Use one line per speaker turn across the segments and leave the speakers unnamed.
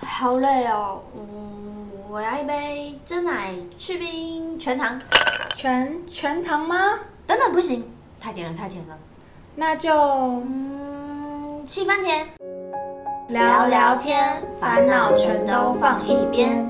好累哦，嗯，我要一杯真奶去冰全糖。
全全糖吗？
等等，不行，太甜了，太甜了。
那就
嗯，七分甜。
聊聊天，烦恼全都放一边。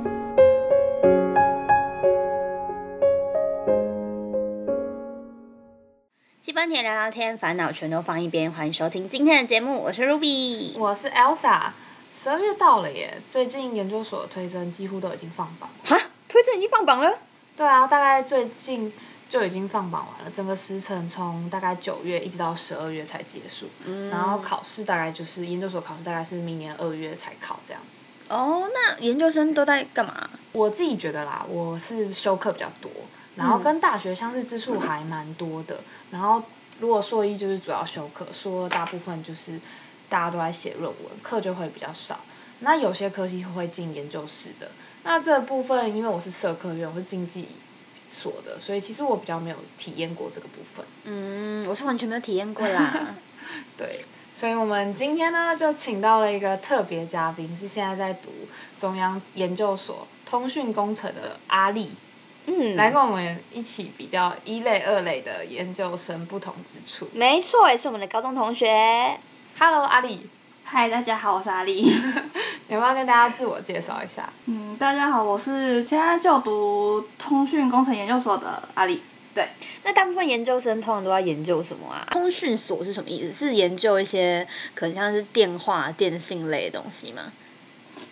西班甜聊聊天，烦恼全都放一边。欢迎收听今天的节目，我是 Ruby。
我是 Elsa。十二月到了耶，最近研究所的推甄几乎都已经放榜。
哈，推荐已经放榜了。
对啊，大概最近就已经放榜完了，整个时程从大概九月一直到十二月才结束。
嗯
然后考试大概就是研究所考试大概是明年二月才考这样子。
哦，那研究生都在干嘛？
我自己觉得啦，我是修课比较多，然后跟大学相似之处还蛮多的。然后如果硕一就是主要修课，硕二大部分就是大家都在写论文，课就会比较少。那有些科系会进研究室的，那这部分因为我是社科院，我是经济所的，所以其实我比较没有体验过这个部分。
嗯，我是完全没有体验过啦。
对，所以我们今天呢就请到了一个特别嘉宾，是现在在读中央研究所通讯工程的阿丽。
嗯，
来跟我们一起比较一类、二类的研究生不同之处。
没错，也是我们的高中同学。
Hello，阿丽，
嗨，大家好，我是阿丽。
你要不要跟大家自我介绍一下？
嗯，大家好，我是现在就读通讯工程研究所的阿丽。对，
那大部分研究生通常都要研究什么啊？通讯所是什么意思？是研究一些可能像是电话、电信类的东西吗？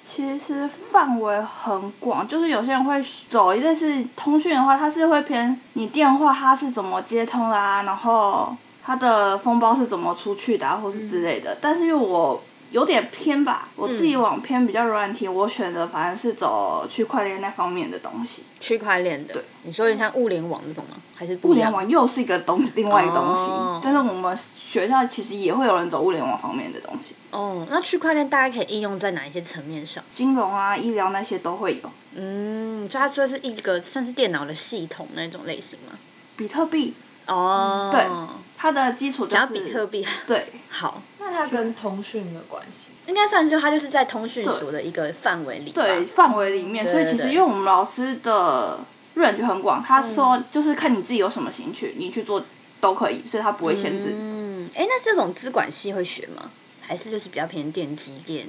其实范围很广，就是有些人会走一类是通讯的话，它是会偏你电话它是怎么接通的啊，然后它的风包是怎么出去的、啊，或是之类的。但是因为我有点偏吧，我自己往偏比较软体，我选的反而是走区块链那方面的东西。
区块链的。
对。
你说有点像物联网那种吗？还是不
物
一
联
样？
网又是一个东另外一个东西，
哦
但是我们学校其实也会有人走物联网方面的东西，
哦，那区块链大概可以应用在哪一些层面上？
金融啊、医疗那些都会有。
嗯，所以它算是一个算是电脑的系统那种类型吗？
比特币
哦，
嗯对它的基础就
讲
是
到比特币，
对，
好，
那它跟通讯的关系？
应该算是它就是在通讯所的一个范围里吧。
对范围里面，
啊对
所以
对
其实
对
因为我们老师的 range 很广，他
嗯
说就是看你自己有什么兴趣，你去做都可以，所以他不会限制。
嗯，哎，那这种资管系会学吗？还是就是比较偏电机、电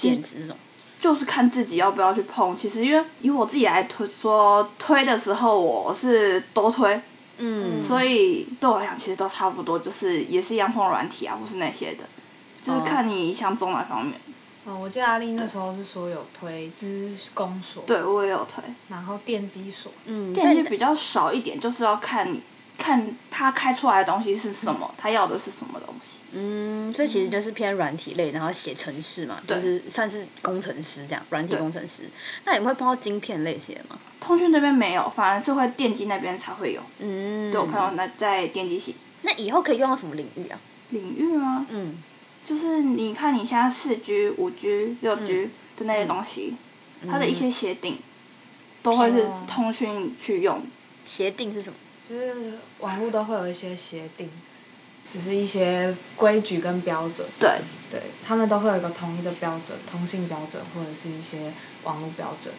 电子那种？嗯
就是看自己要不要去碰。其实因为以我自己来推说推的时候，我是多推，
嗯
所以对我来讲其实都差不多，就是也是一样碰软体啊，或是那些的，就是看你想走哪方面。
哦，我记得阿丽那时候是说有推资工所，，
对我也有推，
然后电机所，
嗯，
电
所
机
以
比较少一点，就是要看你看他开出来的东西是什么，他要的是什么东西。
嗯，所以其实就是偏软体类，然后写程式嘛，就
对
是算是工程师这样，软体
对
工程师。那你们会碰到晶片类型的吗？
通讯这边没有，反而是会电机那边才会有。
嗯，
对我朋友那在电机系
那以后可以用到什么领域啊？
领域吗？
嗯
就是你看你现在四 G、五 G、六 G 的那些东西，它的一些协定都会是
哦
通讯去用。
协定是什么？
就是网络都会有一些协定，就是一些规矩跟标准。
对，
对，他们都会有一个统一的标准，通信标准或者是一些网络标准，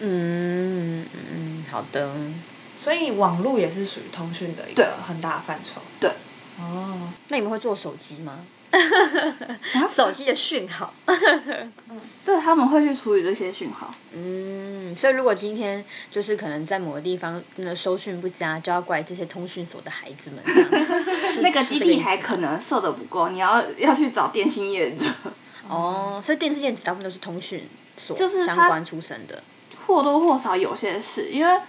嗯嗯，好的。
所以网络也是属于通讯的一
对
个很大的范畴。
对，
哦，
那你们会做手机 吗？手机的讯号。
对，他们会去处理这些讯号。
嗯，所以如果今天就是可能在某个地方那收讯不佳，就要怪这些通讯所的孩子们这 样。是
那个
是
基
这个意
地
思
还可能设的不够，你要要去找电信业者，
哦，所以电视电子大部分都是通讯所
就是
相
它
关出身的。
或多或少有些是因为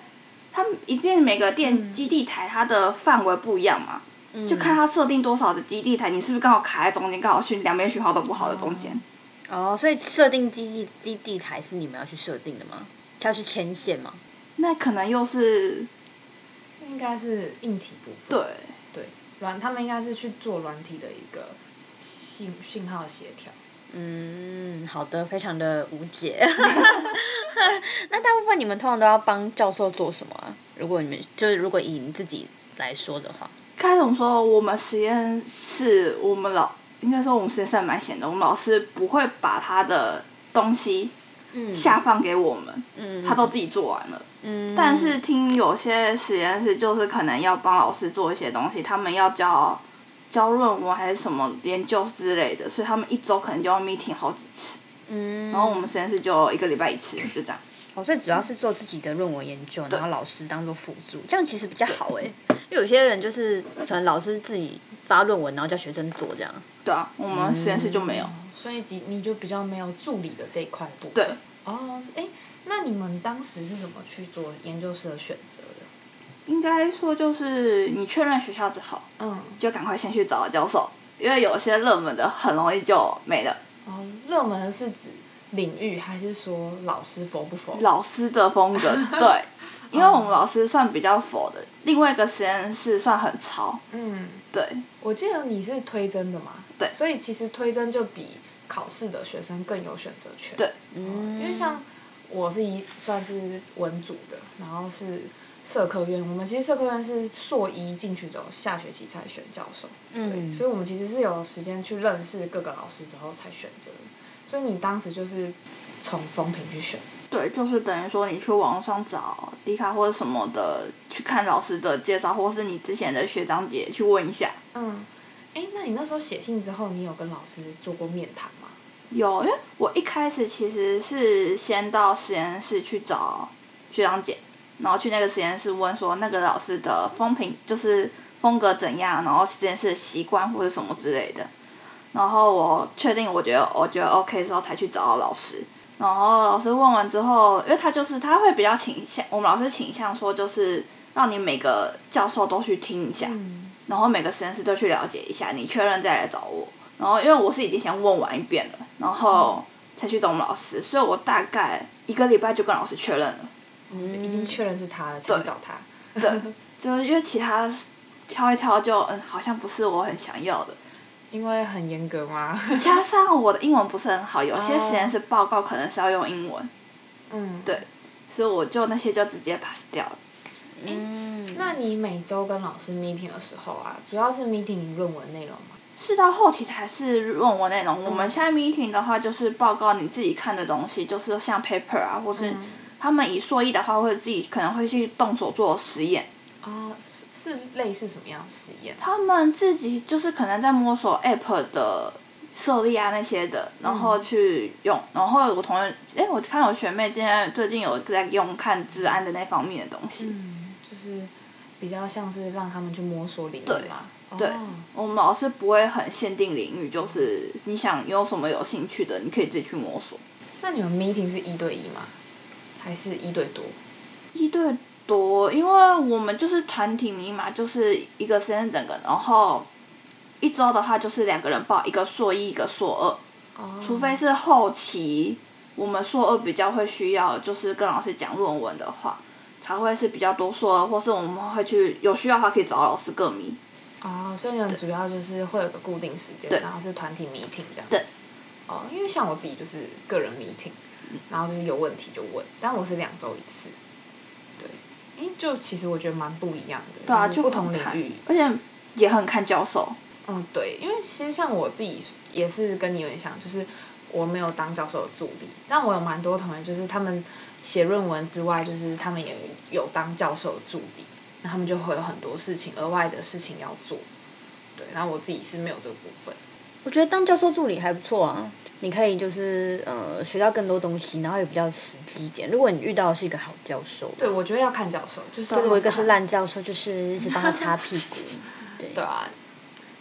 他们一定每个电基地台它的范围不一样嘛，
嗯
就看它设定多少的基地台，你是不是刚好卡在中间，刚好讯两边讯号都不好的中间。
哦，所以设定基地基地台是你们要去设定的吗？要去牵线吗？
那可能又是
应该是硬体部分。
对，
对，软他们应该是去做软体的一个信信号协调。
嗯，好的，非常的无 解。那大部分你们通常都要帮教授做什么啊？如果你们就是如果以你自己来说的话，
开总说我们实验室，我们老应该说我们实验室还蛮闲的，我们老师不会把他的东西
嗯
下放给我们，
嗯
他都自己做完了。
嗯，
但是听有些实验室就是可能要帮老师做一些东西，他们要交交论文还是什么研究之类的，所以他们一周可能就要 meeting 好几次。
嗯，
然后我们实验室就一个礼拜一次，就这样。
哦，所以主要是做自己的论文研究，然后老师当做辅助，这样其实比较好哎。因为有些人就是可能老师自己发论文，然后叫学生做这样。
对啊，我们实验室就没
嗯
有。
哦所以你你就比较没有助理的这一块部分。
对。
哦，哎，那你们当时是怎么去做研究室的选择的？
应该说就是你确认学校之后，
嗯，
就赶快先去找教授，因为有些热门的很容易就没了。
哦，热门的是指领域还是说老师否不否？
老师的风 格，对，因为我们老师算比较佛的，另外一个实验室算很潮，
嗯，
对，
我记得你是推甄的嘛？
对
所以其实推甄就比考试的学生更有选择权。
对
嗯，因为像我是一算是文组的，然后是社科院，我们其实社科院是硕一进去之后，下学期才选教授，对，
嗯
所以我们其实是有时间去认识各个老师之后才选择的，所以你当时就是从风评去选，
对，就是等于说你去网上找迪卡或者什么的，去看老师的介绍，或是你之前的学长姐去问一下。
嗯，哎，那你那时候写信之后，你有跟老师做过面谈吗？
有，因为我一开始其实是先到实验室去找学长姐，然后去那个实验室问说那个老师的风评就是风格怎样，然后实验室的习惯或者什么之类的。然后我确定我觉得我觉得 OK 之后才去找到老师。然后老师问完之后，因为他就是他会比较倾向，我们老师倾向说就是让你每个教授都去听一下，
嗯
然后每个实验室都去了解一下，你确认再来找我。然后因为我是已经先问完一遍了，然后才去找我们老师，所以我大概一个礼拜就跟老师确认了。
就已经确认是他了，才去找他。
对，就是因为其他挑一挑就嗯好像不是我很想要的，
因为很严格吗？
加上我的英文不是很好，有些
哦
实验室报告可能是要用英文，
嗯，
对，所以我就那些就直接 pass 掉了。
嗯，
那你每周跟老师 meeting 的时候啊，主要是 meeting 你论文内容吗？
是到后期才是论文内容。我们现在 meeting 的话，就是报告你自己看的东西，就是像 paper 啊，或是
嗯
他们以硕一的话，会自己可能会去动手做实验。
啊、是是类似什么样的实验？
他们自己就是可能在摸索 app 的设立啊那些的，然后去用。然后我同学，哎，我看我学妹今天最近有在用看治安的那方面的东西。
嗯，就是比较像是让他们去摸索领域
对
嘛。
对
哦，
我们老师不会很限定领域，就是你想有什么有兴趣的，你可以自己去摸索。
那你们 meeting 是一对一吗？还是一对多？
一对多，因为我们就是团体名嘛，就是一个实验整个，然后一周的话就是两个人报，一个硕一，一个硕
哦
二，除非是后期我们硕二比较会需要，就是跟老师讲论文的话，才会是比较多硕二，或是我们会去有需要的话可以找老师各迷。
哦，所以你们主要就是会有个固定时间，
对
然后是团体 meeting 这样
对
子。哦，因为像我自己就是个人 meeting，然
嗯
后就是有问题就问，但我是两周一次。对，诶，就其实我觉得蛮不一样的，
对啊，
是嗯
就
不同
很
领
看
域。
而且也很看教授。
嗯，对，因为其实像我自己也是跟你有点像，就是我没有当教授的助理，但我有蛮多同学，就是他们写论文之外，就是他们也有当教授的助理，那他们就会有很多事情额外的事情要做。对，然后我自己是没有这个部分。
我觉得当教授助理还不错啊，你可以就是呃学到更多东西，然后也比较实际一点。如果你遇到的是一个好教授，
对，我觉得要看教授，就是
如果一个是烂教授，就是一直帮他擦屁 股，对，
对啊，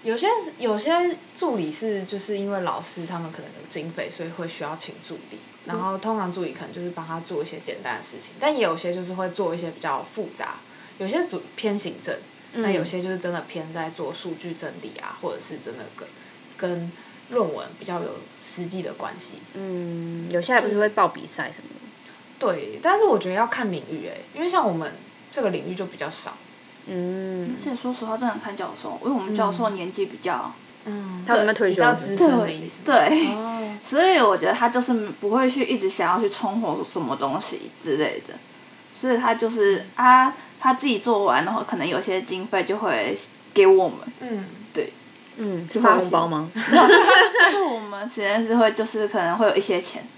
有些是有些助理是就是因为老师他们可能有经费，所以会需要请助理，然后通常助理可能就是帮他做一些简单的事情，但也有些就是会做一些比较复杂，有些主偏行政，那有些就是真的偏在做数据整理啊，或者是真的跟跟论文比较有实际的关系。
嗯，有些还不是会报比赛什么的，
对，但是我觉得要看领域诶、欸因为像我们这个领域就比较少。
嗯
而，且说实话，真的很看教授，因为我们教授年纪比较。
嗯，
他有没有
对
退
比较
休
资
金
深的意思。
对，
哦
所以我觉得他就是不会去一直想要去冲火什么东西之类的，所以他就是啊，他自己做完，然后可能有些经费就会给 我们，
嗯，
对，
嗯，是发红包吗？
就是我们实验室会就是可能会有一些钱，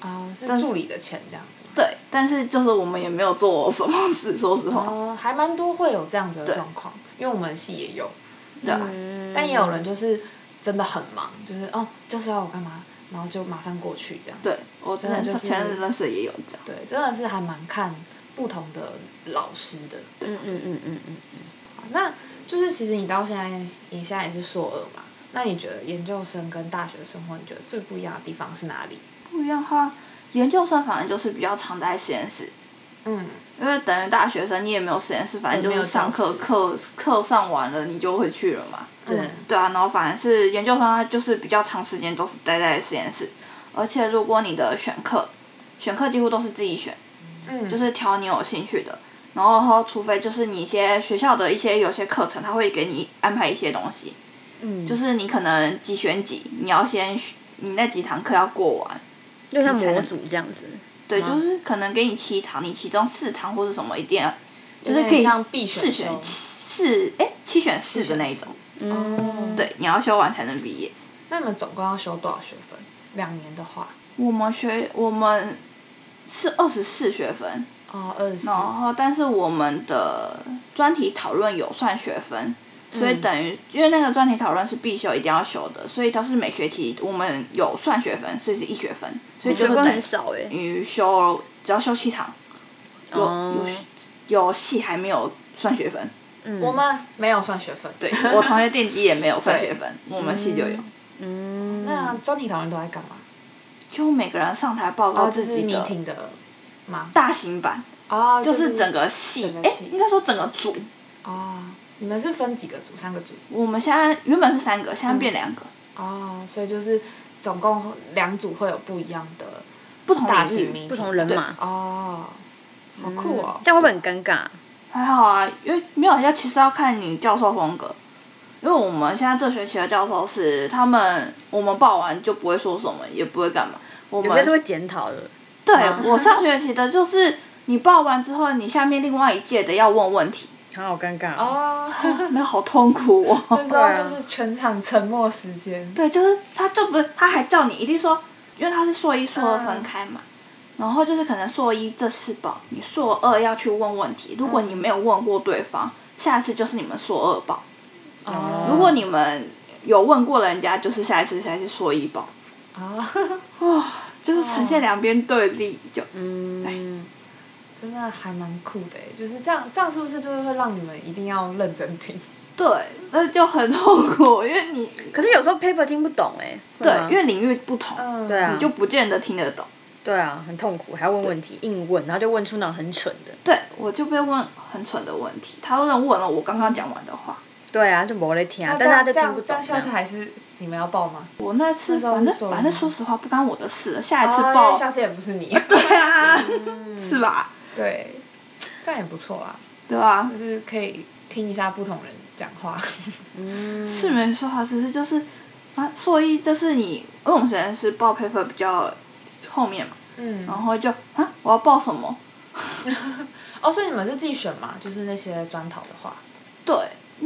啊、是
但是
助理的钱这样子吗？
对，但是就是我们也没有做什么事， 说实话，
哦，还蛮多会有这样子的
对
状况，因为我们系也有，
对啊，
嗯
但也有人就是真的很忙，就是哦，就是要我干嘛，然后就马上过去这样子。
对我之
真的
前
啊就
上
是
前认识也有这样，
对，真的是还蛮看不同的老师的。
嗯嗯嗯嗯嗯嗯。
好那就是其实你到现在，你现在也是硕二嘛，那你觉得研究生跟大学生活，你觉得最不一样的地方是哪里？
不一样的话，研究生反正就是比较常在实验室，
嗯，
因为等于大学生你也没有实验室，反正
也
就
没有
是上
教
课
室
课课上完了你就回去了嘛。
对
嗯对啊，然后反而是研究生他就是比较长时间都是待在实验室，而且如果你的选课，选课几乎都是自己选，
嗯，
就是挑你有兴趣的。然后，除非就是你一些学校的一些有些课程，他会给你安排一些东西，
嗯，
就是你可能几选几，你要先选你那几堂课要过完，
就像
你才
模
能
组这样子。
对，
嗯
吗
就是可能给你七堂，你其中四堂或是什么一定要，就是
有点
可以
像必选
四
修
选四，哎，七选四的那一种，
嗯，
对，你要修完才能毕业。
哦那你们总共要修多少学分？两年的话，
我们学我们是二十四学分，
哦，二十四
然，后但是我们的专题讨论有算学分，所以等于、因为那个专题讨论是必修一定要修的，所以都是每学期我们有算学分，所以是一学分，所以就
学
是
分
等
很少欸
于修只要修七堂，有、
哦
有有系还没有算学分，
嗯
我们没有算学分。
对我同学电机也没有算学分，我们系就有。
嗯，
那专题讨论都在干嘛？
就每个人上台报告
哦，就
自
是
己
meeting 的吗？
大型版，
哦，
就是整个系，
整
哎、
个系
应该说整个组。
哦，你们是分几个组？三个组？
我们现在原本是三个，现在变两个，
哦，所以就是总共两组会有不一样的
不同
大
领
型
域，
meeting
不同人马
哦，好酷哦！
嗯这样会不会很尴尬？
还好啊，因为没有要，其实要看你教授风格。因为我们现在这学期的教授是他们，我们报完就不会说什么，也不会干嘛。我
有些
们
是会检讨的。
对
啊
吗
我上学期的就是你报完之后，你下面另外一届的要问问题，
好尴尬哦。
哦，
没有好痛苦
这
哦。
时候就是全场沉默时间。
对，就是他就不是，他还叫你一定说，因为他是硕一硕
嗯
二分开嘛，然后就是可能硕一这次报，你硕二要去问问题，如果
嗯
你没有问过对方，下次就是你们硕二报。
哦，
如果你们有问过人家，就是下一次下一次说一报，
哦，
哇、 就是呈现两边对立就，
嗯，
真的还蛮酷的耶，欸就是这样，这样是不是就是会让你们一定要认真听？
对，那就很痛苦，因为你
可是有时候 paper 听不懂哎。会
对
吗，
因为领域不同，
啊嗯
对啊
你就不见得听得懂。
对啊，很痛苦，还要问问题，硬问，然后就问出那种很蠢的。
对，我就被问很蠢的问题，他都能问了我刚刚讲完的话。
对啊，就没在听啊，
这
但是他
样
就
这
听
样
不懂。
这样下次还是你们要报吗？
我那次
那时候是
反正
说
反正说实话不干我的事了，下一次
哦，因
报，
为 下次也不是 你。
对啊，
嗯
是吧？
对，这样也不错啦，
对吧
就？是可以听一下不同人讲话。
嗯，
是没错啊，只是就是，啊，硕一就是你，因为我们虽然是报 paper 比较后面嘛，
嗯
然后就啊，我要报什么？
哦，所以你们是自己选嘛？就是那些专讨的话。
对，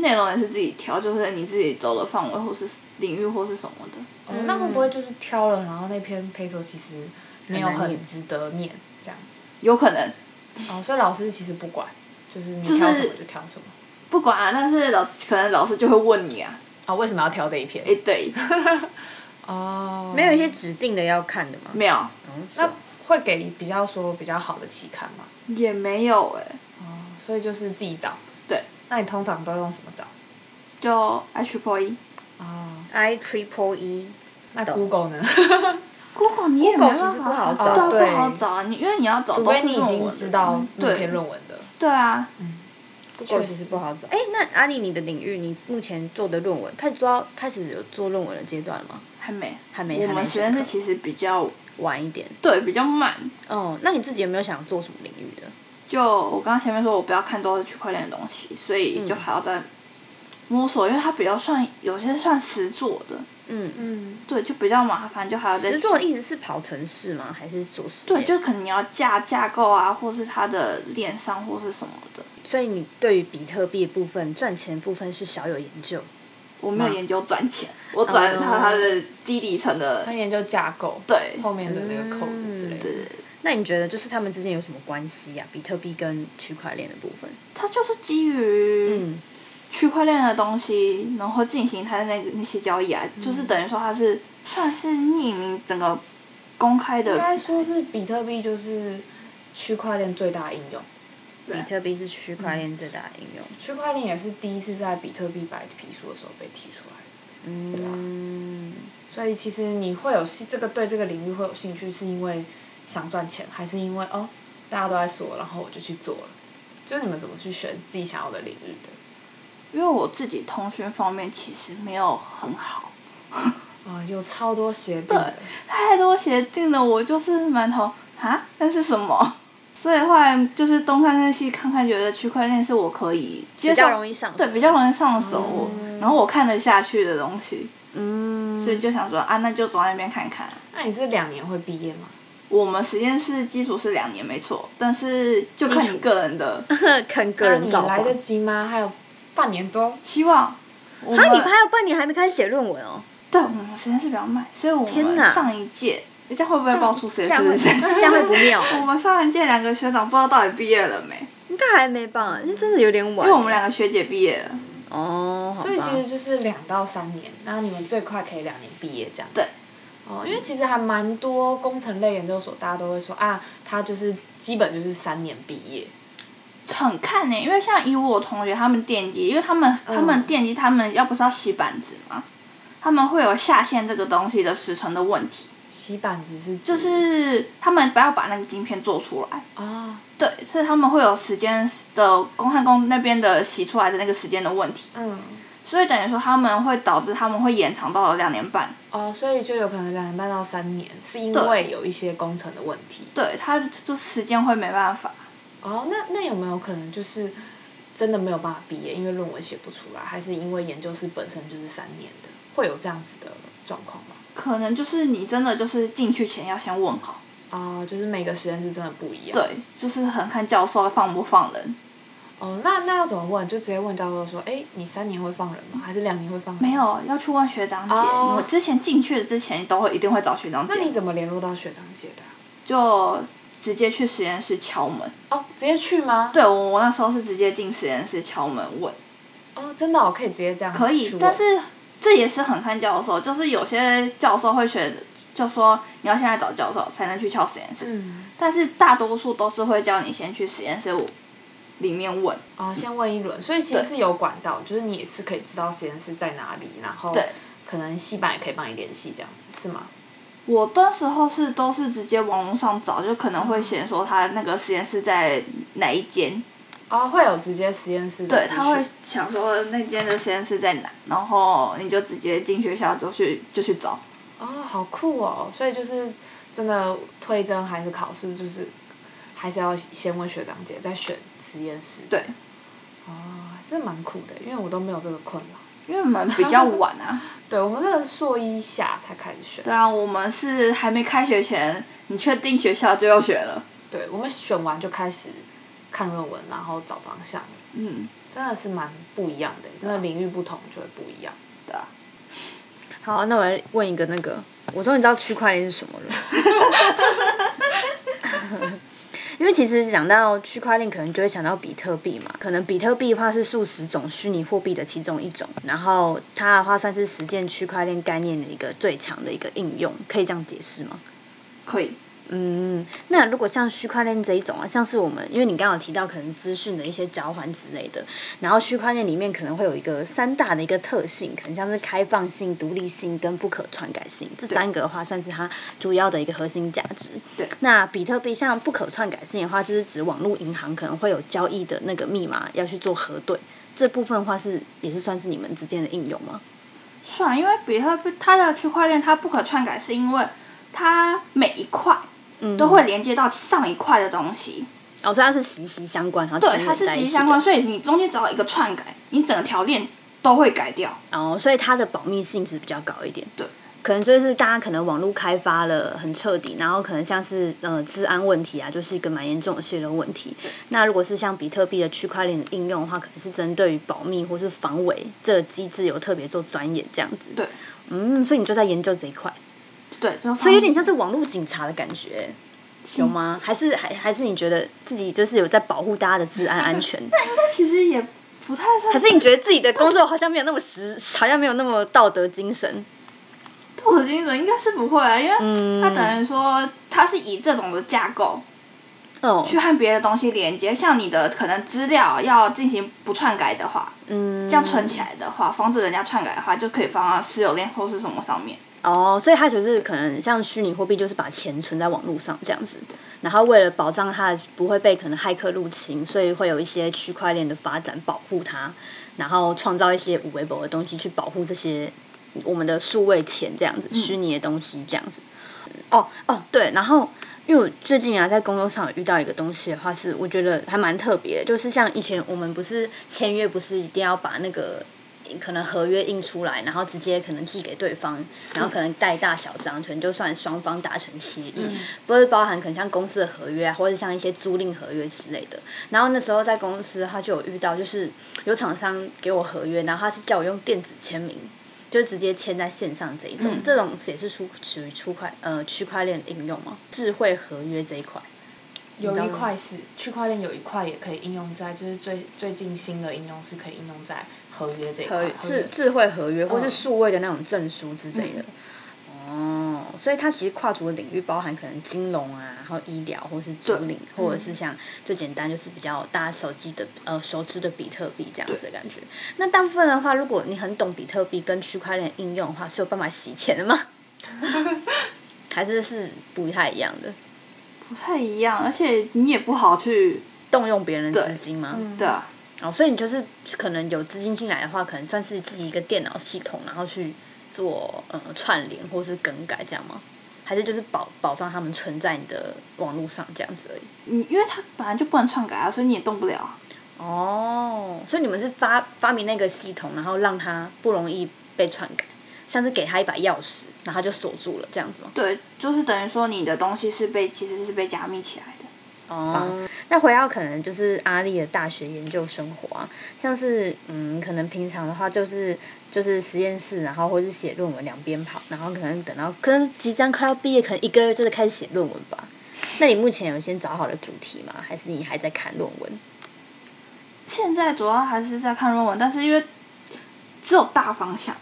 内容也是自己挑，就是你自己走的范围或是领域或是什么的。
嗯
哦，那会不会就是挑了，然后那篇 paper 其实没有
很难
很
念
值得念这样子？
有可能
嗯
哦，所以老师其实不管，就是你
就是
挑什么就挑什么。
不管啊，但是老可能老师就会问你啊，
啊、为什么要挑这一篇？
哎，对，
哦，
没有一些指定的要看的吗？
没有，
嗯，
那会给比较说比较好的期刊嘛？
也没有哎、
哦，所以就是自己找。
对，
那你通常都用什么找？
就 H p o e
哦，
I triple E，
那
懂
Google 呢？
Google 你也没
Google
办
其实
法
不好
对啊
找对
不好找啊，你因为你要找
除
都
非
是
你已
论
经
文
知道
嗯
那
对
篇论文的。
对啊，
嗯，
不过其实不好找。哎，那阿丽，你的领域，你目前做的论文，开始做到开始有做论文的阶段了吗？
还没
还没
我
还没
们实
选
验室
课
其实比较
晚一点。
对比较慢，
哦，那你自己有没有想做什么领域的？
就我刚刚前面说，我不要看都是区块链的东西，所以
嗯
就还要再摸索，因为它比较算有些算实做的，
嗯，
嗯，
对，就比较麻烦，就还要再
实作的意思是跑城市吗？还是做实
对，
验
就可能你要架架构啊，或是它的链上或是什么的。
所以你对于比特币的部分赚钱的部分是小有研究。
我没有研究赚钱，我
嗯
转它它的基底层的
他，研究架构，
对嗯
后面的那个 code 之类的。
对，
那你觉得就是他们之间有什么关系啊呀、比特币跟区块链的部分？
它就是基于
嗯
区块链的东西，然后进行它的那个那些交易
嗯
啊，就是等于说它是算是匿名整个公开的
应，该说是比特币就是区块链最大的应用，
比特币是区块链最大的应用。
区块链也是第一次在比特币白皮书的时候被提出来的。
嗯，
所以其实你会有兴这个对这个领域会有兴趣，是因为想赚钱，还是因为哦大家都在说，然后我就去做了？就是你们怎么去选自己想要的领域的？
因为我自己通讯方面其实没有很好。
啊、有超多协定的，
太多协定了，我就是馒头啊，那是什么？ 所以后来就是东看看西看看，觉得区块链是我可以接受，
比较容易上手
对，比较容易上手，然后我看得下去的东西，
嗯，
所以就想说啊，那就走在那边看看。
那你是两年会毕业吗？
我们实验室基础是两年没错，但是就看你个人的
看个
那
人
你
造化。
来得及吗？还有半年多。
希望。我们
哈，你还有半年还没开始写论文哦。
对，我们实验室比较慢，所以我
天
们
哪
上一届，诶这样会不会爆出实验
这样
室
会
是谁？
这样会不妙哦
我们上一届两个学长不知道到底毕业了没，
应该还没吧？那真的有点晚。
因为我们两个学姐毕业了。
哦，
所以其实
就
就是两到三年，然后你们最快可以两年毕业这样。
对。
哦，因为其实还蛮多工程类研究所，大家都会说啊，他就是基本就是三年毕业。
很看呢、因为像以我同学他们电机，因为他们
嗯
他们电机他们要不是要洗板子嘛，他们会有下线这个东西的时程的问题，
洗板子是指
就是他们不要把那个晶片做出来，
啊，
对，所以他们会有时间的工焊工那边的洗出来的那个时间的问题，
嗯，
所以等于说他们会导致他们会延长到两年半，
哦，所以就有可能两年半到三年，是因
对
为有一些工程的问题。
对，他就是时间会没办法，
哦，那那有没有可能就是真的没有办法毕业，因为论文写不出来，还是因为研究室本身就是三年的，会有这样子的状况吗？
可能就是你真的就是进去前要先问好，
啊、就是每个实验室真的不一样。。
对，就是很看教授放不放人。
哦，那那要怎么问？就直接问教授说，哎，你三年会放人吗？还是两年会放人？
没。有，要去问学长姐。
哦
我之前进去之前都会一定会找学长姐。
那你怎么联络到学长姐的
就直接去实验室敲门？
啊、哦，直接去吗？。
对我，我那时候是直接进实验室敲门问，
哦，真的、哦，可以直接这样。
可以，但是这也是很看教授，就是有些教授会选，就说你要现在找教授才能去敲实验室，
嗯
但是大多数都是会叫你先去实验室里面问。
啊、哦，先问一轮，所以其实
对
是有管道，就是你也是可以知道实验室在哪里，然后
对
可能系办也可以帮你联系，这样子是吗？
我那时候是都是直接网络上找，就可能会写说他那个实验室在哪一间，
哦，会有直接实验室的
对，
资
他会
讯
想说那间的实验室在哪，然后你就直接进学校就去就去找。
哦，好酷哦！所以就是真的推甄还是考试，就是还是要先问学长姐，再选实验室。
对，
哦，这蛮酷的，因为我都没有这个困扰。
因为我们比较晚啊。
对我们这个硕一下才开始选，
对啊，我们是还没开学前，你确定学校就要选了。
对我们选完就开始看论文，然后找方向，
嗯，
真的是蛮不一样的，真的领域不同就会不一样。
对啊。
好，那我来问一个那个，我终于知道区块链是什么了。 因为其实讲到区块链，可能就会想到比特币嘛。可能比特币的话是数十种虚拟货币的其中一种，然后它的话算是实践区块链概念的一个最强的一个应用，可以这样解释吗？
可以。
嗯，那如果像区块链这一种啊，像是我们，因为你刚刚有提到可能资讯的一些交换之类的，然后区块链里面可能会有一个三大的一个特性，可能像是开放性、独立性跟不可篡改性，这三个的话算是它主要的一个核心价值。
对
那比特币像不可篡改性的话，就是指网络银行可能会有交易的那个密码要去做核对，这部分的话是也是算是你们之间的应用吗？
算，因为比特币它的区块链它不可篡改，是因为它每一块
嗯
都会连接到上一块的东西。
哦，所以它是息息相关，然后
对，
牵
它
连
是
在
息
一
息
起
相
的
关，所以你中间只要一个篡改，你整条链都会改掉。
哦，所以它的保密性质比较高一点。
对。
可能就是大家可能网络开发了很彻底，然后可能像是呃治安问题啊，就是一个蛮严重的泄露问题。那如果是像比特币的区块链的应用的话，可能是针对于保密或是防伪这个机制有特别做钻研这样子。
对嗯
嗯，所以你就在研究这一块，
对，就
所以有点
像
像是网络警察的感觉。有
嗯
吗？还是还还是你觉得自己就是有在保护大家的治安安全？
其实也不太算，
还是你觉得自己的工作好像没有那么实，好像没有那么道德精神？
道德精神应该是不会啊，因
嗯
为它等于说它是以这种的架构
哦，
去和别的东西连接，像你的可能资料要进行不篡改的话，
嗯，
这样存起来的话，防止人家篡改的话，就可以放到私有链或是什么上面。
哦，所以它就是可能像虚拟货币，就是把钱存在网络上这样子，然后为了保障它不会被可能骇客入侵，所以会有一些区块链的发展保护它，然后创造一些无微博的东西去保护这些我们的数位钱这样子，
嗯
虚拟的东西这样子。哦哦，对，然后因为我最近啊在工作上有遇到一个东西的话是，我觉得还蛮特别的，就是像以前我们不是签约不是一定要把那个可能合约印出来，然后直接可能寄给对方，然后可能带大小章，可能就算双方达成协议，不是包含可能像公司的合约啊，或者像一些租赁合约之类的。然后那时候在公司的话就有遇到，就是有厂商给我合约，然后他是叫我用电子签名。就直接签在线上这一种，这种也是出属于区块呃区块链的应用吗？智慧合约这一块，
有
道
一
吗
块是区块链，有一块也可以应用在，就是最最近新的应用是可以应用在合约这一块。
合
合约
智智慧合约或是
啊嗯
数位的那种证书之类的。哦，所以它其实跨足的领域包含可能金融啊，然后医疗或是租赁，或者是像最简单就是比较大家手机的呃熟知的比特币这样子的感觉。那大部分的话，如果你很懂比特币跟区块链应用的话，是有办法洗钱的吗？还是是不太一样的，
不太一样，而且你也不好去，
动用别人的
对
资金吗？
对啊，
哦，所以你就是可能有资金进来的话，可能算是自己一个电脑系统，然后去做呃串联或是更改这样吗？还是就是保保障他们存在你的网络上这样子而已？
你因为它本来就不能篡改啊，所以你也动不了啊。
哦，所以你们是发发明那个系统，然后让它不容易被篡改，像是给他一把钥匙，然后他就锁住了这样子吗？
对，就是等于说你的东西是被其实是被加密起来的。
哦，那回到可能就是阿丽的大学研究生活啊，像是嗯，可能平常的话就是就是实验室，然后或是写论文两边跑，然后可能等到可能即将快要毕业，可能一个月就是开始写论文吧。那你目前有先找好的主题吗？还是你还在看论文？
现在主要还是在看论文，但是因为只有大方向，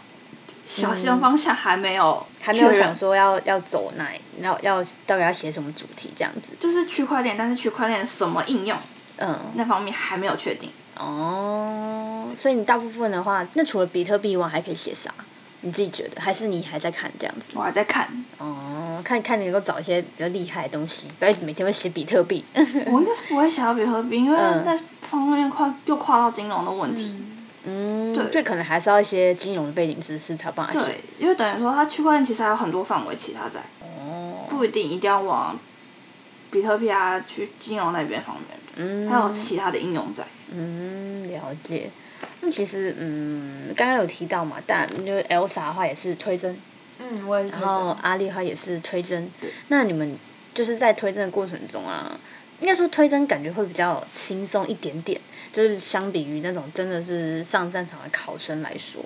小型方向还没有
嗯
确
还
认，
没有想说要要走哪，要要到底要写什么主题这样子？
就是区块链，但是区块链什么应用
嗯，
那方面还没有确定。
哦，所以你大部分的话，那除了比特币以外还可以写啥？你自己觉得？还是你还在看这样子？
我还在看，
哦，看看你能够找一些比较厉害的东西，不要一直每天会写比特币。
我应该是不会想要比特币，因为
嗯
那方面跨又跨到金融的问题。
嗯，
对
这可能还是要一些金融的背景知识才有办法写
对。，因为等于说它区块链其实还有很多范围，其他在
哦，
不一定一定要往比特币啊去金融那边方面的，
嗯，
还有其他的应用在。
嗯，了解。那其实，嗯，刚刚有提到嘛，但就是 Elsa 的话也是推针，
嗯，我也觉
然后
得。
阿丽的话也是推针。那你们就是在推针的过程中啊，应该说推针感觉会比较轻松一点点，就是相比于那种真的是上战场的考生来说。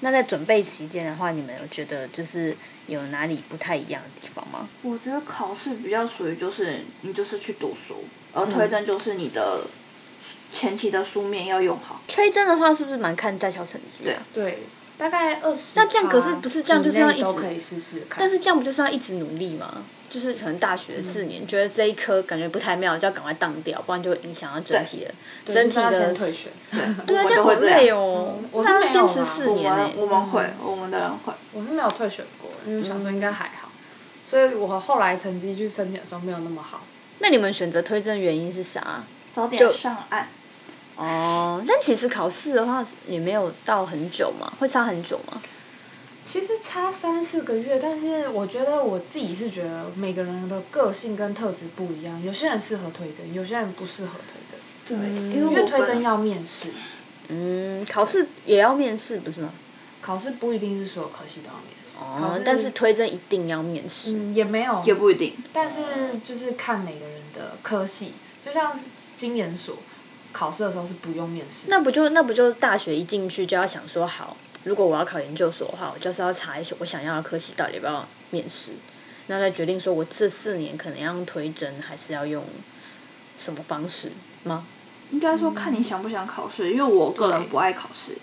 那在准备期间的话，你们有觉得就是有哪里不太一样的地方吗？
我觉得考试比较属于就是你就是去读书，而推甄就是你的前期的书面要用好。
推针的话，是不是蛮看在校成绩、
对啊
对，大概二十。
那这样可是不是这样就是要一直
都可以试试看。嗯
但是这样不就是要一直努力吗？就是可能大学四年、觉得这一科感觉不太妙，就要赶快当掉，不然就会影响到整体的
对
整
就
体
是要
的。
先退学。
对啊，
我
这样
都
好
会这样
累哦。
嗯我是啊
那
没
要
有
坚持
啦
四
我
年欸呢、
们嗯我们会，我们的人会。
我是没有退选过，因为
嗯
想说应该还好，所以我后来成绩去申请的时候没有那么好。
那你们选择推甄原因是啥？
早
就
点上岸，
哦，但其实考试的话也没有到很久嘛，会差很久吗？
其实差三四个月，但是我觉得我自己是觉得每个人的个性跟特质不一样，有些人适合推甄，有些人不适合推甄。
对，
因
因
为
我
推
推
甄
甄
要面试，
嗯，考试也要面试不是吗？
考试不一定是所有科系都要面试，考
哦
试，
但是推甄一定要面试。
嗯也没有
也不一定。
但是就是看每个人的科系，就像经研所考试的时候是不用面试的。
那不就那不就大学一进去就要想说，好，如果我要考研究所的话，我就是要查一些我想要的科系到底要不要面试，那再决定说我这四年可能要用推甄还是要用什么方式吗？
应该说看你想不想考试，因为我个人
对
不爱考试。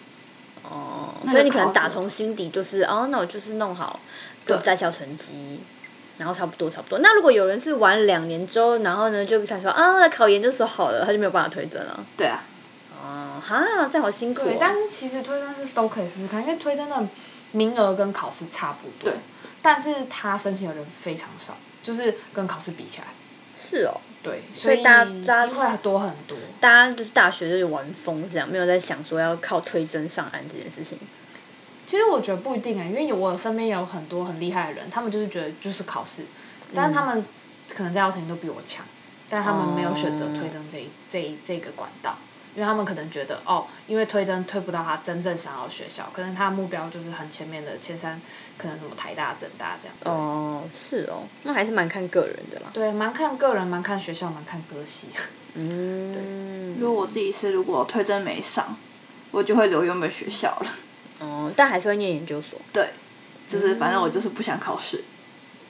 哦，
那
所以
就
你可能
考
打
什么
从心底就是，哦，那我就是弄好
对
个在校成绩，然后差不多差不多。那如果有人是玩两年之后，然后呢就想说啊，那考研究所好了，他就没有办法推甄了。
对啊，
哦，哈，这样好辛苦、哦。
对，但是其实推甄是都可以试试看，因为推甄的名额跟考试差不多，
对
但是他申请的人非常少，就是跟考试比起来，
是哦。
对，
所以
以
大
机
大家
会多很多。
大家就是大学就是玩疯这样，没有在想说要靠推甄上岸这件事情。
其实我觉得不一定啊、因为有我身边有很多很厉害的人，他们就是觉得就是考试，
嗯
但他们可能在校成绩都比我强，但他们没有选
哦
择推甄这一、这一这个管道，因为他们可能觉得哦，因为推甄推不到他真正想要的学校，可能他的目标就是很前面的前三，可能什么台大、政大这样。对
哦，是哦，那还是蛮看个人的啦。
对，蛮看个人，蛮看学校，蛮看歌系。
嗯，
因为我自己是如果推甄没上，我就会留原本学校了。
哦，但还是会念研究所。
对，就是反正我就是不想考试。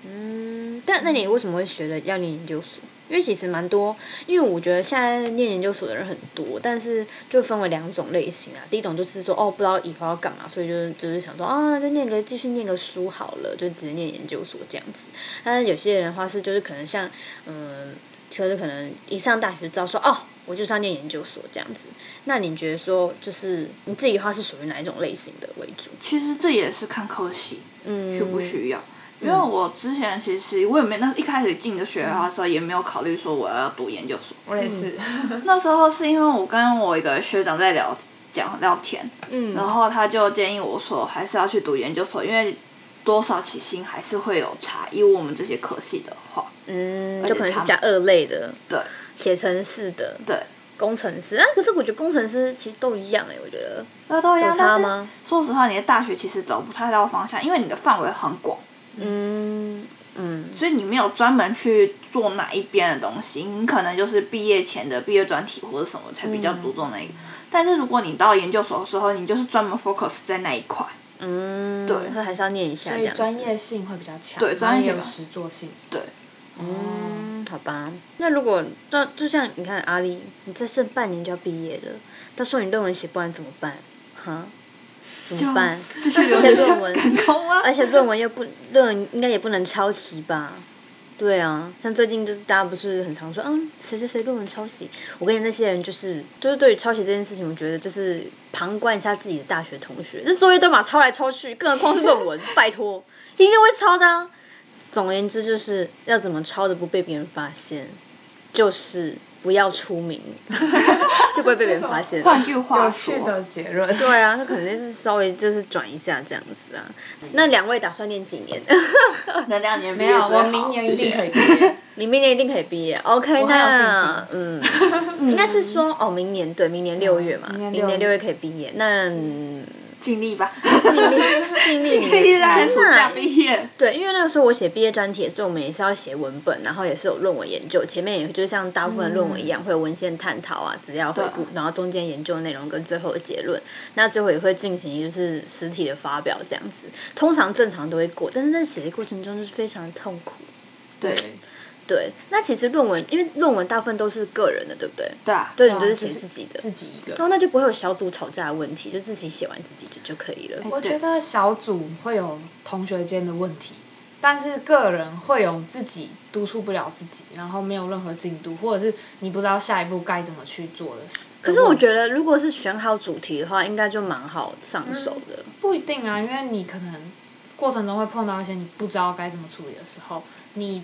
嗯，但那你为什么会学的要念研究所？因为其实蛮多，因为我觉得现在念研究所的人很多，但是就分为两种类型啊。第一种就是说哦，不知道以后要干嘛，所以就是就是想说啊，再念个继续念个书好了，就直接念研究所这样子。但是有些人的话是就是可能像嗯，就是可能一上大学就知道说哦，我就是要念研究所这样子。那你觉得说就是你自己的话是属于哪一种类型的为主？
其实这也是看科系，
嗯
需不需要。因为我之前其实我也没那一开始进的学校的时候也没有考虑说我要读研究所，
我也是。
那时候是因为我跟我一个学长在聊讲聊天，
嗯
然后他就建议我说还是要去读研究所，因为多少起薪还是会有差，以我们这些科系的话，
嗯，
而
就
且
可能是
他
比较二类的，
对
写程式的，
对，
工程师啊，可是我觉得工程师其实都一样哎、我觉得，
那都一样
有。差
啊但是
吗
说实话，你的大学其实找不太到方向，因为你的范围很广，
嗯嗯，
所以你没有专门去做哪一边的东西，你可能就是毕业前的毕业专题或者什么才比较注重
嗯
那个。但是如果你到研究所的时候，你就是专门 focus 在那一块。
嗯，
对
那还是要念一下
所
这
以
样子。
专业性会比较强，
对
然后
专业
也有
吧
实 作性。
对，
嗯，好吧。那如果那就像你看阿丽，你再剩半年就要毕业了，到时候你论文写不完怎么办？哈？怎么办？
继续留
写
在
论文
赶工啊
而且论文又不论文应该也不能抄袭吧？对啊，像最近就是大家不是很常说，嗯，谁谁谁论文抄袭。我跟你那些人就是，就是对于抄袭这件事情，我觉得就是旁观一下自己的大学同学，这作业都嘛抄来抄去，更何况是论文，拜托，一定会抄的、啊。总而言之，就是要怎么抄的不被别人发现，就是不要出名，就不会被别人发现。
换句话
有趣的
说，
结论。
对啊，那可能就是稍微就是转一下这样子啊。那两位打算念几年？
能两年毕
没
业
有，
最
我
好
明年一定可以。
谢
毕
谢
业。
你明年一定可以毕业，OK？
我很有
那
信
嗯，应该是说哦，明年对，明年六月嘛，
明年
明年六
六月
月可以毕业。那嗯
尽 力吧，
尽力尽力你的，
可以在
天
暑假
哪！
毕业。
对，因为那个时候我写毕业专题的时候，我们也是要写文本，然后也是有论文研究，前面也就是像大部分论文一样，会有文献探讨啊、资料回顾
对，
然后中间研究内容跟最后的结论，那最后也会进行就是实体的发表这样子。通常正常都会过，但是在写的过程中就是非常痛苦。
对
对，那其实论文，因为论文大部分都是个人的，对不对？
对啊，
对，
啊
你都是写
就是
自己的，哦
自己一个
然后那就不会有小组吵架的问题，就自己写完自己就就可以了。
我觉得小组会有同学间的问题，但是个人会有自己督促不了自己，然后没有任何进度，或者是你不知道下一步该怎么去做的事。
可是我觉得，如果是选好主题的话，应该就蛮好上手的。
不一定啊，因为你可能过程中会碰到一些你不知道该怎么处理的时候，你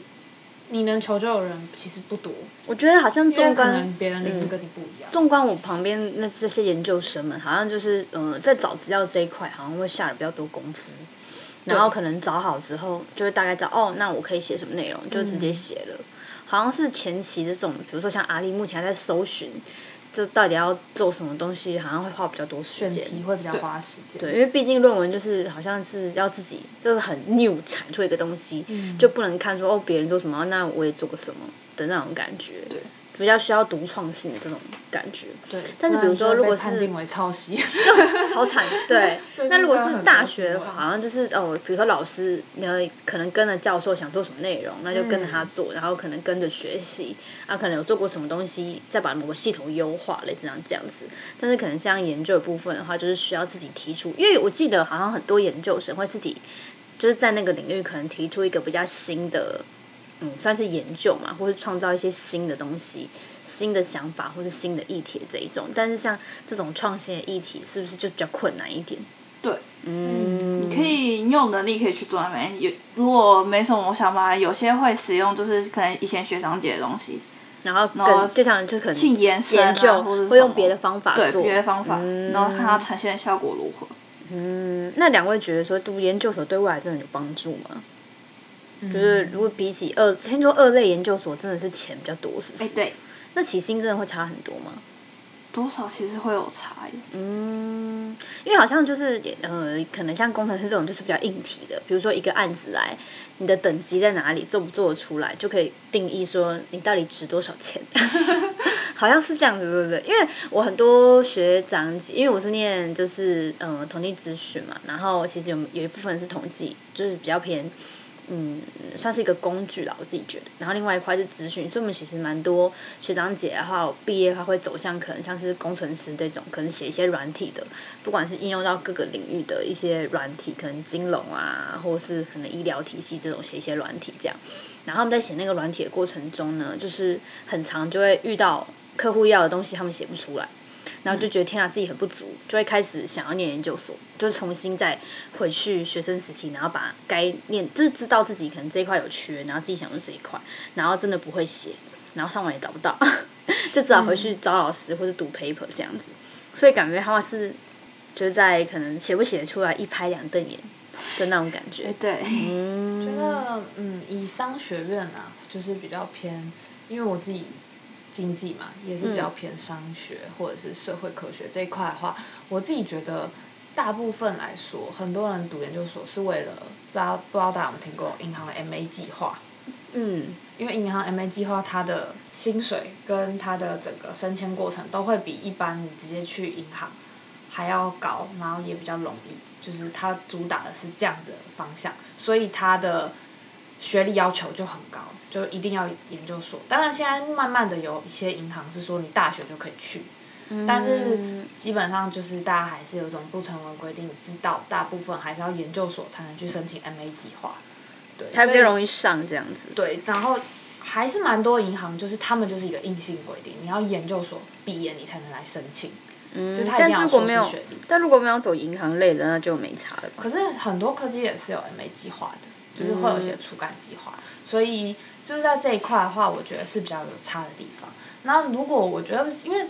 你能求救的人其实不多，
我觉得好像
因为
纵
可
观
能别人领域
嗯
跟你不一样。
纵观我旁边那这些研究生们，好像就是嗯、呃在找资料这一块，好像会下了比较多功夫。然后可能找好之后，就会大概知道哦，那我可以写什么内
嗯
容，就直接写了。好像是前期的这种，比如说像阿丽目前还在搜寻这到底要做什么东西，好像会花比较多时
选
间。
题会比较花时间。
对，因为毕竟论文就是好像是要自己就是很 new 产出一个东西，
嗯
就不能看说哦别人做什么，那我也做个什么的那种感觉。
对，
比较需要独创性的这种感觉。
对，
但是比如说
不然就会
如果
被
是
判定为抄袭，
好惨， 对
最。近
那如果
真的
是
很
大
流
学
行
的
欸
话，好像就是哦，比如说老师，你要可能跟着教授想做什么内容，那就跟着他
嗯
做，然后可能跟着学习，啊，可能有做过什么东西，再把某个系统优化，类似像这样子。但是可能像研究的部分的话，就是需要自己提出，因为我记得好像很多研究生会自己就是在那个领域可能提出一个比较新的。嗯，算是研究嘛，或是创造一些新的东西、新的想法或是新的议题这一种。但是像这种创新的议题，是不是就比较困难一点？
对，
嗯，
你可以你有能力可以去做那边，有如果没什么想法，有些会使用就是可能以前学长姐的东西，
然后
然后
跟就像就可能
去延伸啊
研究，
或者是
会用
什么
别的方法
对
做
别的方法，
嗯
然后看它呈现的效果如何。
嗯，那两位觉得说读研究所对未来真的有帮助吗？
嗯
就是如果比起二，听说二类研究所真的是钱比较多，是不是？
哎，对，
那起薪真的会差很多吗？
多少其实会有差异。
嗯，因为好像就是也呃，可能像工程师这种就是比较硬体的，比如说一个案子来，你的等级在哪里，做不做得出来，就可以定义说你到底值多少钱，好像是这样子，对不对？因为我很多学长姐，因为我是念就是呃统计资讯嘛，然后其实有有一部分是统计，就是比较偏。嗯，算是一个工具啦，我自己觉得。然后另外一块是资讯，所以我们其实蛮多学长姐的话，毕业的话会走向可能像是工程师这种，可能写一些软体的，不管是应用到各个领域的一些软体，可能金融啊，或是可能医疗体系这种写一些软体这样。然后他们在写那个软体的过程中呢，就是很常就会遇到客户要的东西，他们写不出来。然后就觉得天啊，自己很不足，就会开始想要念研究所，就是重新再回去学生时期，然后把该念就是知道自己可能这一块有缺，然后自己想用这一块，然后真的不会写，然后上网也找不到， 就只好回去找老师或者读 paper 这样子，所以感觉他们是就是在可能写不写得出来一拍两瞪眼的那种感觉
哎，。对，
嗯，
觉得嗯，以商学院啊，就是比较偏，因为我自己经济嘛，也是比较
嗯
偏商学或者是社会科学这一块的话，我自己觉得大部分来说，很多人读研究所是为了，不知道不知道大家有没有听过银行的 MA 计划，
嗯
因为银行 MA 计划它的薪水跟它的整个升迁过程都会比一般你直接去银行还要高，然后也比较容易，就是它主打的是这样子的方向，所以它的学历要求就很高，就一定要研究所。当然现在慢慢的有一些银行是说你大学就可以去，但是基本上就是大家还是有一种不成文规定，知道大部分还是要研究所才能去申请 MA 计划，对，
才比较
所以
容易上这样子。
对，然后还是蛮多银行，就是他们就是一个硬性规定，你要研究所毕业你才能来申请。
嗯
就他一
但
定
是
要
如果
硕士
没有
学历，
但如果没有走银行类的，那就没差了吧？
可是很多科技也是有 MA 计划的，就是会有一些出干计划，所以就是在这一块的话，我觉得是比较有差的地方。然后如果我觉得，因为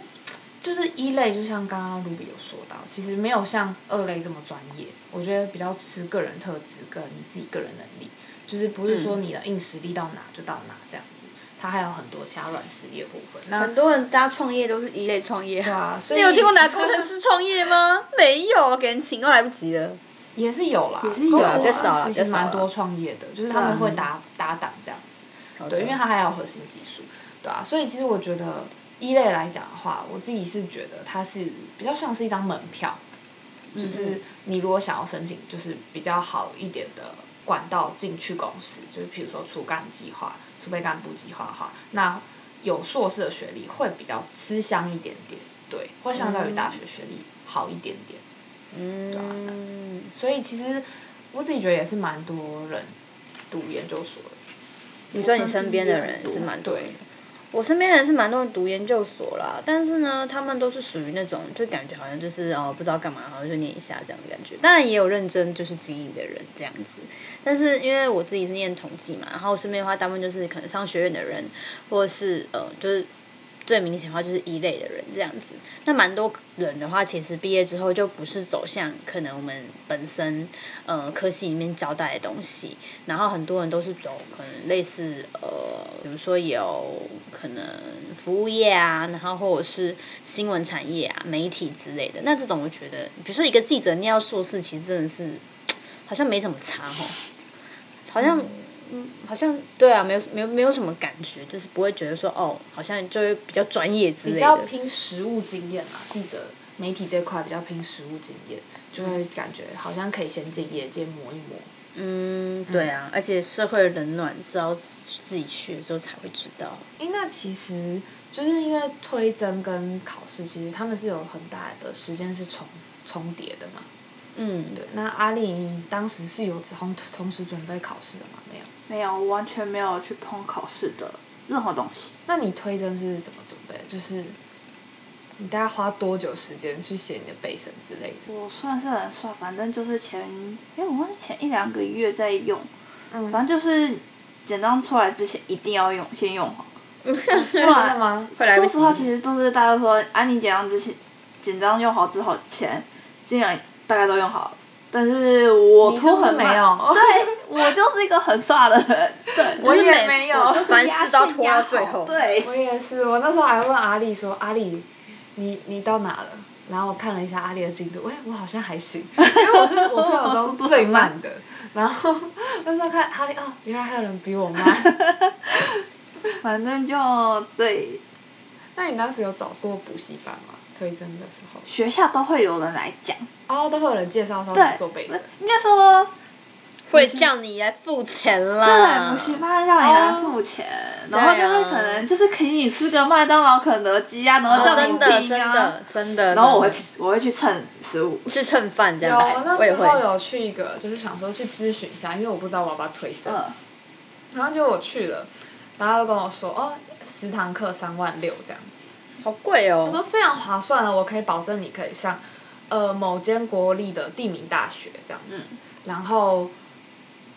就是一类，就像刚刚 Ruby 有说到，其实没有像二类这么专业，我觉得比较吃个人特质跟你自己个人能力，就是不是说你的硬实力到哪就到哪这样子，它还有很多其他软实力的部分。那
很多人大家创业都是一类创业，
对啊所
你有
以
听过哪个工程师创业吗？ 没有，给人请都来不及了。
也是有啦，
也是有
公司
啊比较
少啦
其
比较
实
少啦嗯
蛮多创业的，就是他们会搭搭档这样子，对，因为它还有核心技术，对啊，所以其实我觉得一类来讲的话，我自己是觉得它是比较像是一张门票，
嗯
就是你如果想要申请，就是比较好一点的管道进去公司，就是比如说出干计划、储备干部计划的话，那有硕士的学历会比较吃香一点点，对，会相较于大学学历好一点点。
嗯，
所以其实我自己觉得也是蛮多人读研究所的。
你说你身边的人是蛮多的。我身边人是蛮多人读研究所啦，但是呢，他们都是属于那种就感觉好像就是哦不知道干嘛，好像就念一下这样的感觉。当然也有认真就是呃经营的人这样子，但是因为我自己是念统计嘛，然后身边的话大部分就是可能上学院的人，或者是呃就是最明显的话就是一类的人这样子。那蛮多人的话，其实毕业之后就不是走向可能我们本身呃科系里面交代的东西，然后很多人都是走可能类似呃，比如说有可能服务业啊，然后或者是新闻产业啊、媒体之类的。那这种我觉得，比如说一个记者念到硕士，其实真的是好像没什么差吼，好像。嗯，好像对啊，没有没有没有什么感觉，就是不会觉得说哦，好像就会比较专业之类
比
的。
较拼实务经验嘛，记者媒体这块比较拼实务经验，就会感觉好像可以先进业界磨一磨。
嗯，对啊，而且社会冷暖，只要自己去的时候才会知道。
哎，那其实就是因为推甄跟考试，其实他们是有很大的时间是重重叠的嘛。
嗯，
对，那阿丽你当时是有同同时准备考试的吗？没有。
没有，我完全没有去碰考试的任何东西。
那你推甄是怎么准备的？就是你大概花多久时间去写你的备审之类的？
我算是很算，反正就是前，因为我忘记前一两个月在用，
嗯
反正就是简章出来之前一定要用，先用好。
是真的吗？
会来不
说
及
实话，其实都是大家都说，啊，你简章之前，简章用好之后，前尽量大概都用好了。但是我
你是
拖
不是
很慢，
没有
对我就是一个很刷的人，对，
我
就是
也没有
我就是
哦 凡
压
事都要
线
拖
压
到最
好
后
对，
我也是，我那时候还问阿丽说：“阿丽，你你到哪了？”然后我看了一下阿丽的进度，哎，我好像还行，因为我是我朋友中最慢的。然后那时候看阿丽，哦，原来还有人比我慢。
反正就对，
那你当时有找过补习班吗？推甄的时候，
学校都会有人来讲，
哦，都会有人介绍说
对，
你做备审。
应该说，
会叫你来付钱
对，
啦。
补习班让你来付钱，然后就会可能就是请你吃个麦当劳、肯德基啊，然后叫
真
你
的
拼
真
啊
的，真的。
然后我会
真
去，我会去蹭食物，
的去蹭饭这
有，
样
我
子，
那
我也
时候
会。
有去一个，就是想说去咨询一下，因为我不知道我要不要推甄。
嗯，
然后就我去了，然后他就跟我说，哦，十堂课三万六这样子。
好贵
我说
哦。
非常划算啊了，我可以保证你可以上呃某间国立的地名大学这样子。
嗯
然后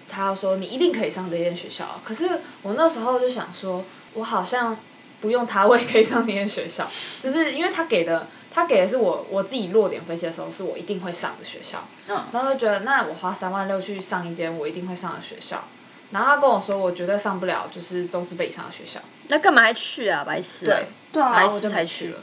他又说你一定可以上这间学校，啊可是我那时候就想说，我好像不用他我也可以上这间学校，就是因为他给的他给的是我我自己落点分析的时候是我一定会上的学校，
嗯
然后就觉得那我花三万六去上一间我一定会上的学校。然后他跟我说，我绝对上不了，就是中资北以上的学校。
那干嘛还去啊，白痴啊
对！
对啊
白
然后我
痴
就
才
没
去
去了。。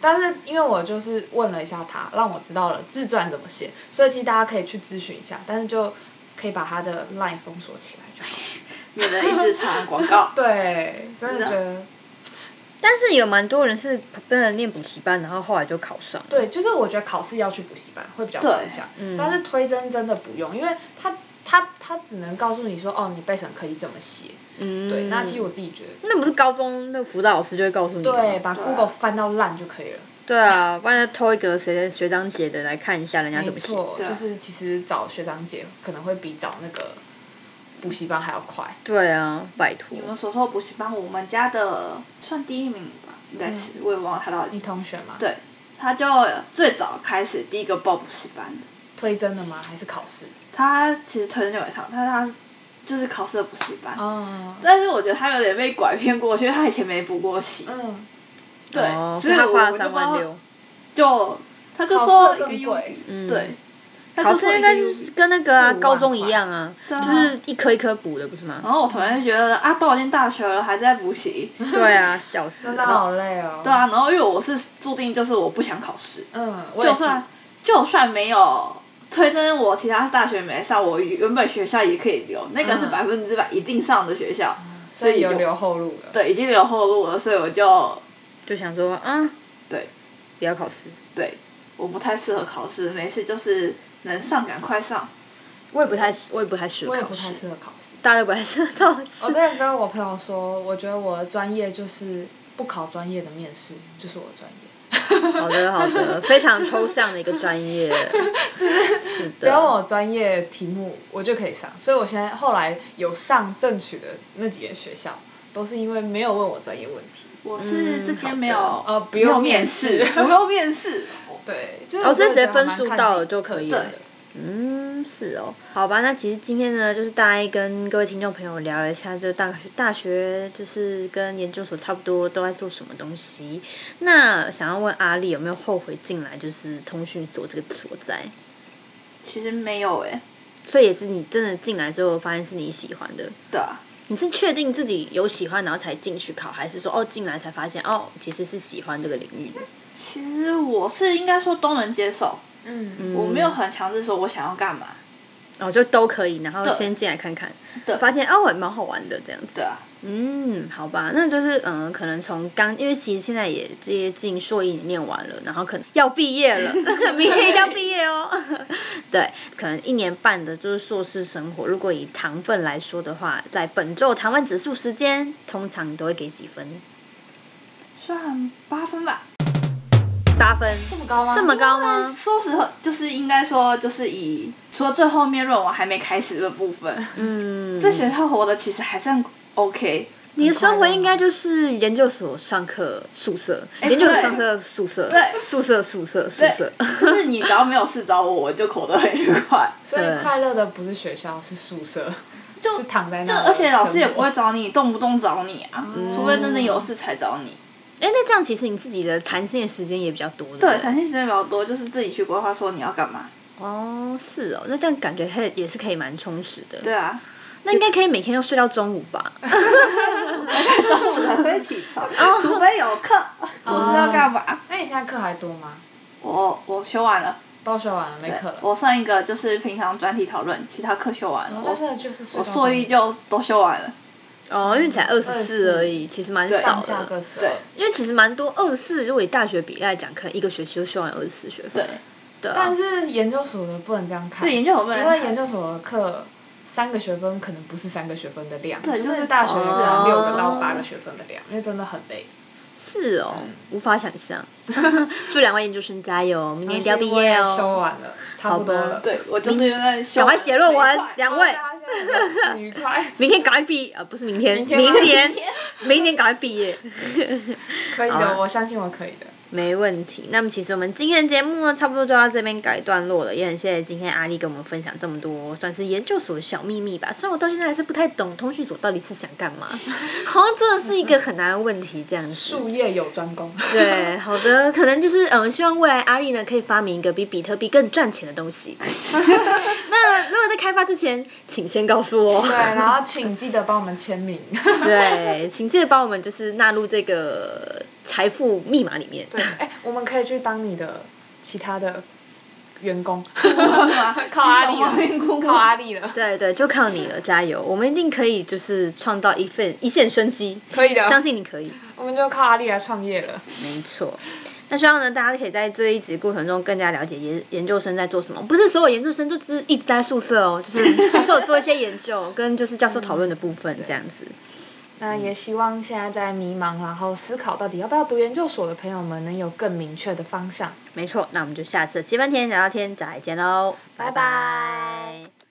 但是因为我就是问了一下他，让我知道了自传怎么写，所以其实大家可以去咨询一下，但是就可以把他的 line 封锁起来就好 了。，
有人一直传广告
对，真
啊
的觉得，
但是有蛮多人是真的念补习班，然后后来就考上了。
对，就是我觉得考试要去补习班会比较好一下，
对嗯
但是推甄真的不用，因为他他他只能告诉你说，哦，你背审可以这么写。
嗯
对，那其实我自己觉得，
那不是高中那个辅导老师就会告诉你吗
啊
对，把 Google 翻到烂就可以了。
对啊，不然就偷一个谁谁学长姐的来看一下人家怎
没
么写。
错，
对啊
就是其实找学长姐可能会比找那个补习班还要快。
对啊，拜托
你。们所说的补习班，我们家的算第一名吧，应该是，我也忘了他到
嗯你
底，
同学吗？，
对，他就最早开始第一个报补习班的，
推甄的吗？还是考试？
他其实推荐给他，但是他是就是考试的补习班，
哦
但是我觉得他有点被拐骗过去，因为他以前没补过习，
嗯，
对，
哦，
所以
他
我
花了
就
三
不知道
万六。
就他就
考
说
试
一个
更
U
贵
嗯
对，他
考
就说
试
一
应
个
该
U
是跟那个、啊、
四五万
高中一样啊，哦
块
就是一科一科补的，不是
然
吗？
后我同学就觉得啊，都已经大学了，还在补 习，
对啊，笑死
真的
了。
好累哦。
对啊，，然后因为我是注定就是我不想考试，
嗯，我也。
就是
啊
算就算没有推升我其他大学没上，我原本学校也可以留，那个是
嗯
百分之百一定上的学校，
所以有
就
留后路了。，
对，已经留后路了，所以我就
就想说啊，
对
不要考试。
对，我不太适合考试，没事就是能上赶快上，
我也不太，我也不太适
我
合
也
考
不太
试哦啊
适，合考试。
大家都不太适合考
我
试
之。前跟我朋友说，我觉得我的专业就是不考专业的面试，就是我的专业。
好的好 的，非常抽象的一个专 业。
就是
的
不要问我专业题目，我就可以上。所以我现在后来有上正取的那几间学校，都是因为没有问我专业问题。
我是这间没有
好的呃不
没有
用面
面试，
试
不用面试，
对，就是
哦
我
是直接
真的觉得
分
蛮
数
看
到
你
了就可以
个
了
人的。
嗯，是哦，好吧，那其实今天呢，就是大概跟各位听众朋友聊了一下，就大学大学就是跟研究所差不多都在做什么东西。那想要问阿丽有没有后悔进来就是通讯所这个所在？
其实没有哎、
所以也是你真的进来之后发现是你喜欢的，
对啊，
你是确定自己有喜欢然后才进去考，还是说哦进来才发现哦其实是喜欢这个领域的？
其实我是应该说都能接受，
嗯，
我没有很强制说我想要干嘛，
哦就都可以，然后
对
先进来看看，
对
发现哦还蛮好玩的这样子。
对啊，
嗯，好吧，那就是嗯，可能从刚，因为其实现在也接近硕一念完了，然后可能要毕业 了，明天一定要毕业哦。 对，可能一年半的就是硕士生活，如果以糖分来说的话，在本周糖分指数时间，通常都会给几分？
算八分吧。
八分，
这么高吗？
这么高吗？
说实话，就是应该说，就是以除了最后面论文还没开始的部分，
嗯，
这学校活的其实还算 OK。
你的生活应该就是研究所上课宿舍，研究所上课宿舍，
哎对
宿舍宿舍宿
对
舍，
就是你只要没有事找我，我就口得很愉快。
所以
对
快乐的不是学校，是宿舍，
就是
躺在那
就
的
而且老师也
生
不
活
会找你，动不动找你啊，除非真的有事才找你。
嗯
哎，那这样其实你自己的弹性的时间也比较多，对不
对，
对？
弹性时间比较多，就是自己去规划说你要干嘛。
哦，是哦，那这样感觉还也是可以蛮充实的。
对，啊，
那应该可以每天都睡到中午吧？
中午才会起床，除非有课，我是要干嘛？
那你现在课还多吗？
哦我我修完了。
都修完了，没课了。
我上一个就是平常专题讨论，其他课修完了。
哦
我
但是就是睡
我
到
硕
中
一
午
就都修完了。
哦，因为才二十四
24
而已，其实蛮
对
少
上下各
的。
十
对
二。
因为其实蛮多二十四，如果以大学比例来讲，可能一个学期就修完二十四学分。
对，
对啊，
但是研究所的不能这样看，
对研究所不能
因为
看
研究所的课三个学分可能不是三个学分的量，
对
就
就是
是哦大学
考试
是
啊
六个到八个学分的量，因为真的很累。
是哦，无法想象。 祝两位研究生加油，明年一定要毕
我
业
也
哦。
修完了，差不多
好吧
了。
对，我就是因为修
赶快写论文
这一块，
两位。
大家现在很愉 快，
明天赶快毕啊，不是明天，明
明天
年，
吗
明年赶快毕业。
可 以
好啊
的，我相信我可以的。
没问题。那么其实我们今天的节目呢，差不多就到这边改段落了。也很谢谢今天阿丽跟我们分享这么多，算是研究所的小秘密吧。虽然我到现在还是不太懂通讯所到底是想干嘛，好像真的是一个很难的问题这样子。
术业有专攻。
对，好的，可能就是嗯，希望未来阿丽呢可以发明一个比比特币更赚钱的东西。那如果在开发之前，请先告诉我。
对，然后请记得帮我们签名。
对，请记得把我们就是纳入这个财富密码里面。
对，哎，我们可以去当你的其他的员 工，靠阿
金融方
力
面
了，
顾问
靠阿力了。
对对，就靠你了，加油！我们一定可以，就是创造一份一线生机。
可以的
相信你可以。
我们就靠阿力来创业了。
没错。那希望呢，大家可以在这一集过程中更加了解研研究生在做什么。不是所有研究生就只是一直待在宿舍哦，就是还是有做一些研究跟就是教授讨论的部分这样子。
那也希望现在在迷茫，然后思考到底要不要读研究所的朋友们，能有更明确的方向。
没错，那我们就下次七分甜聊聊天再见喽，拜拜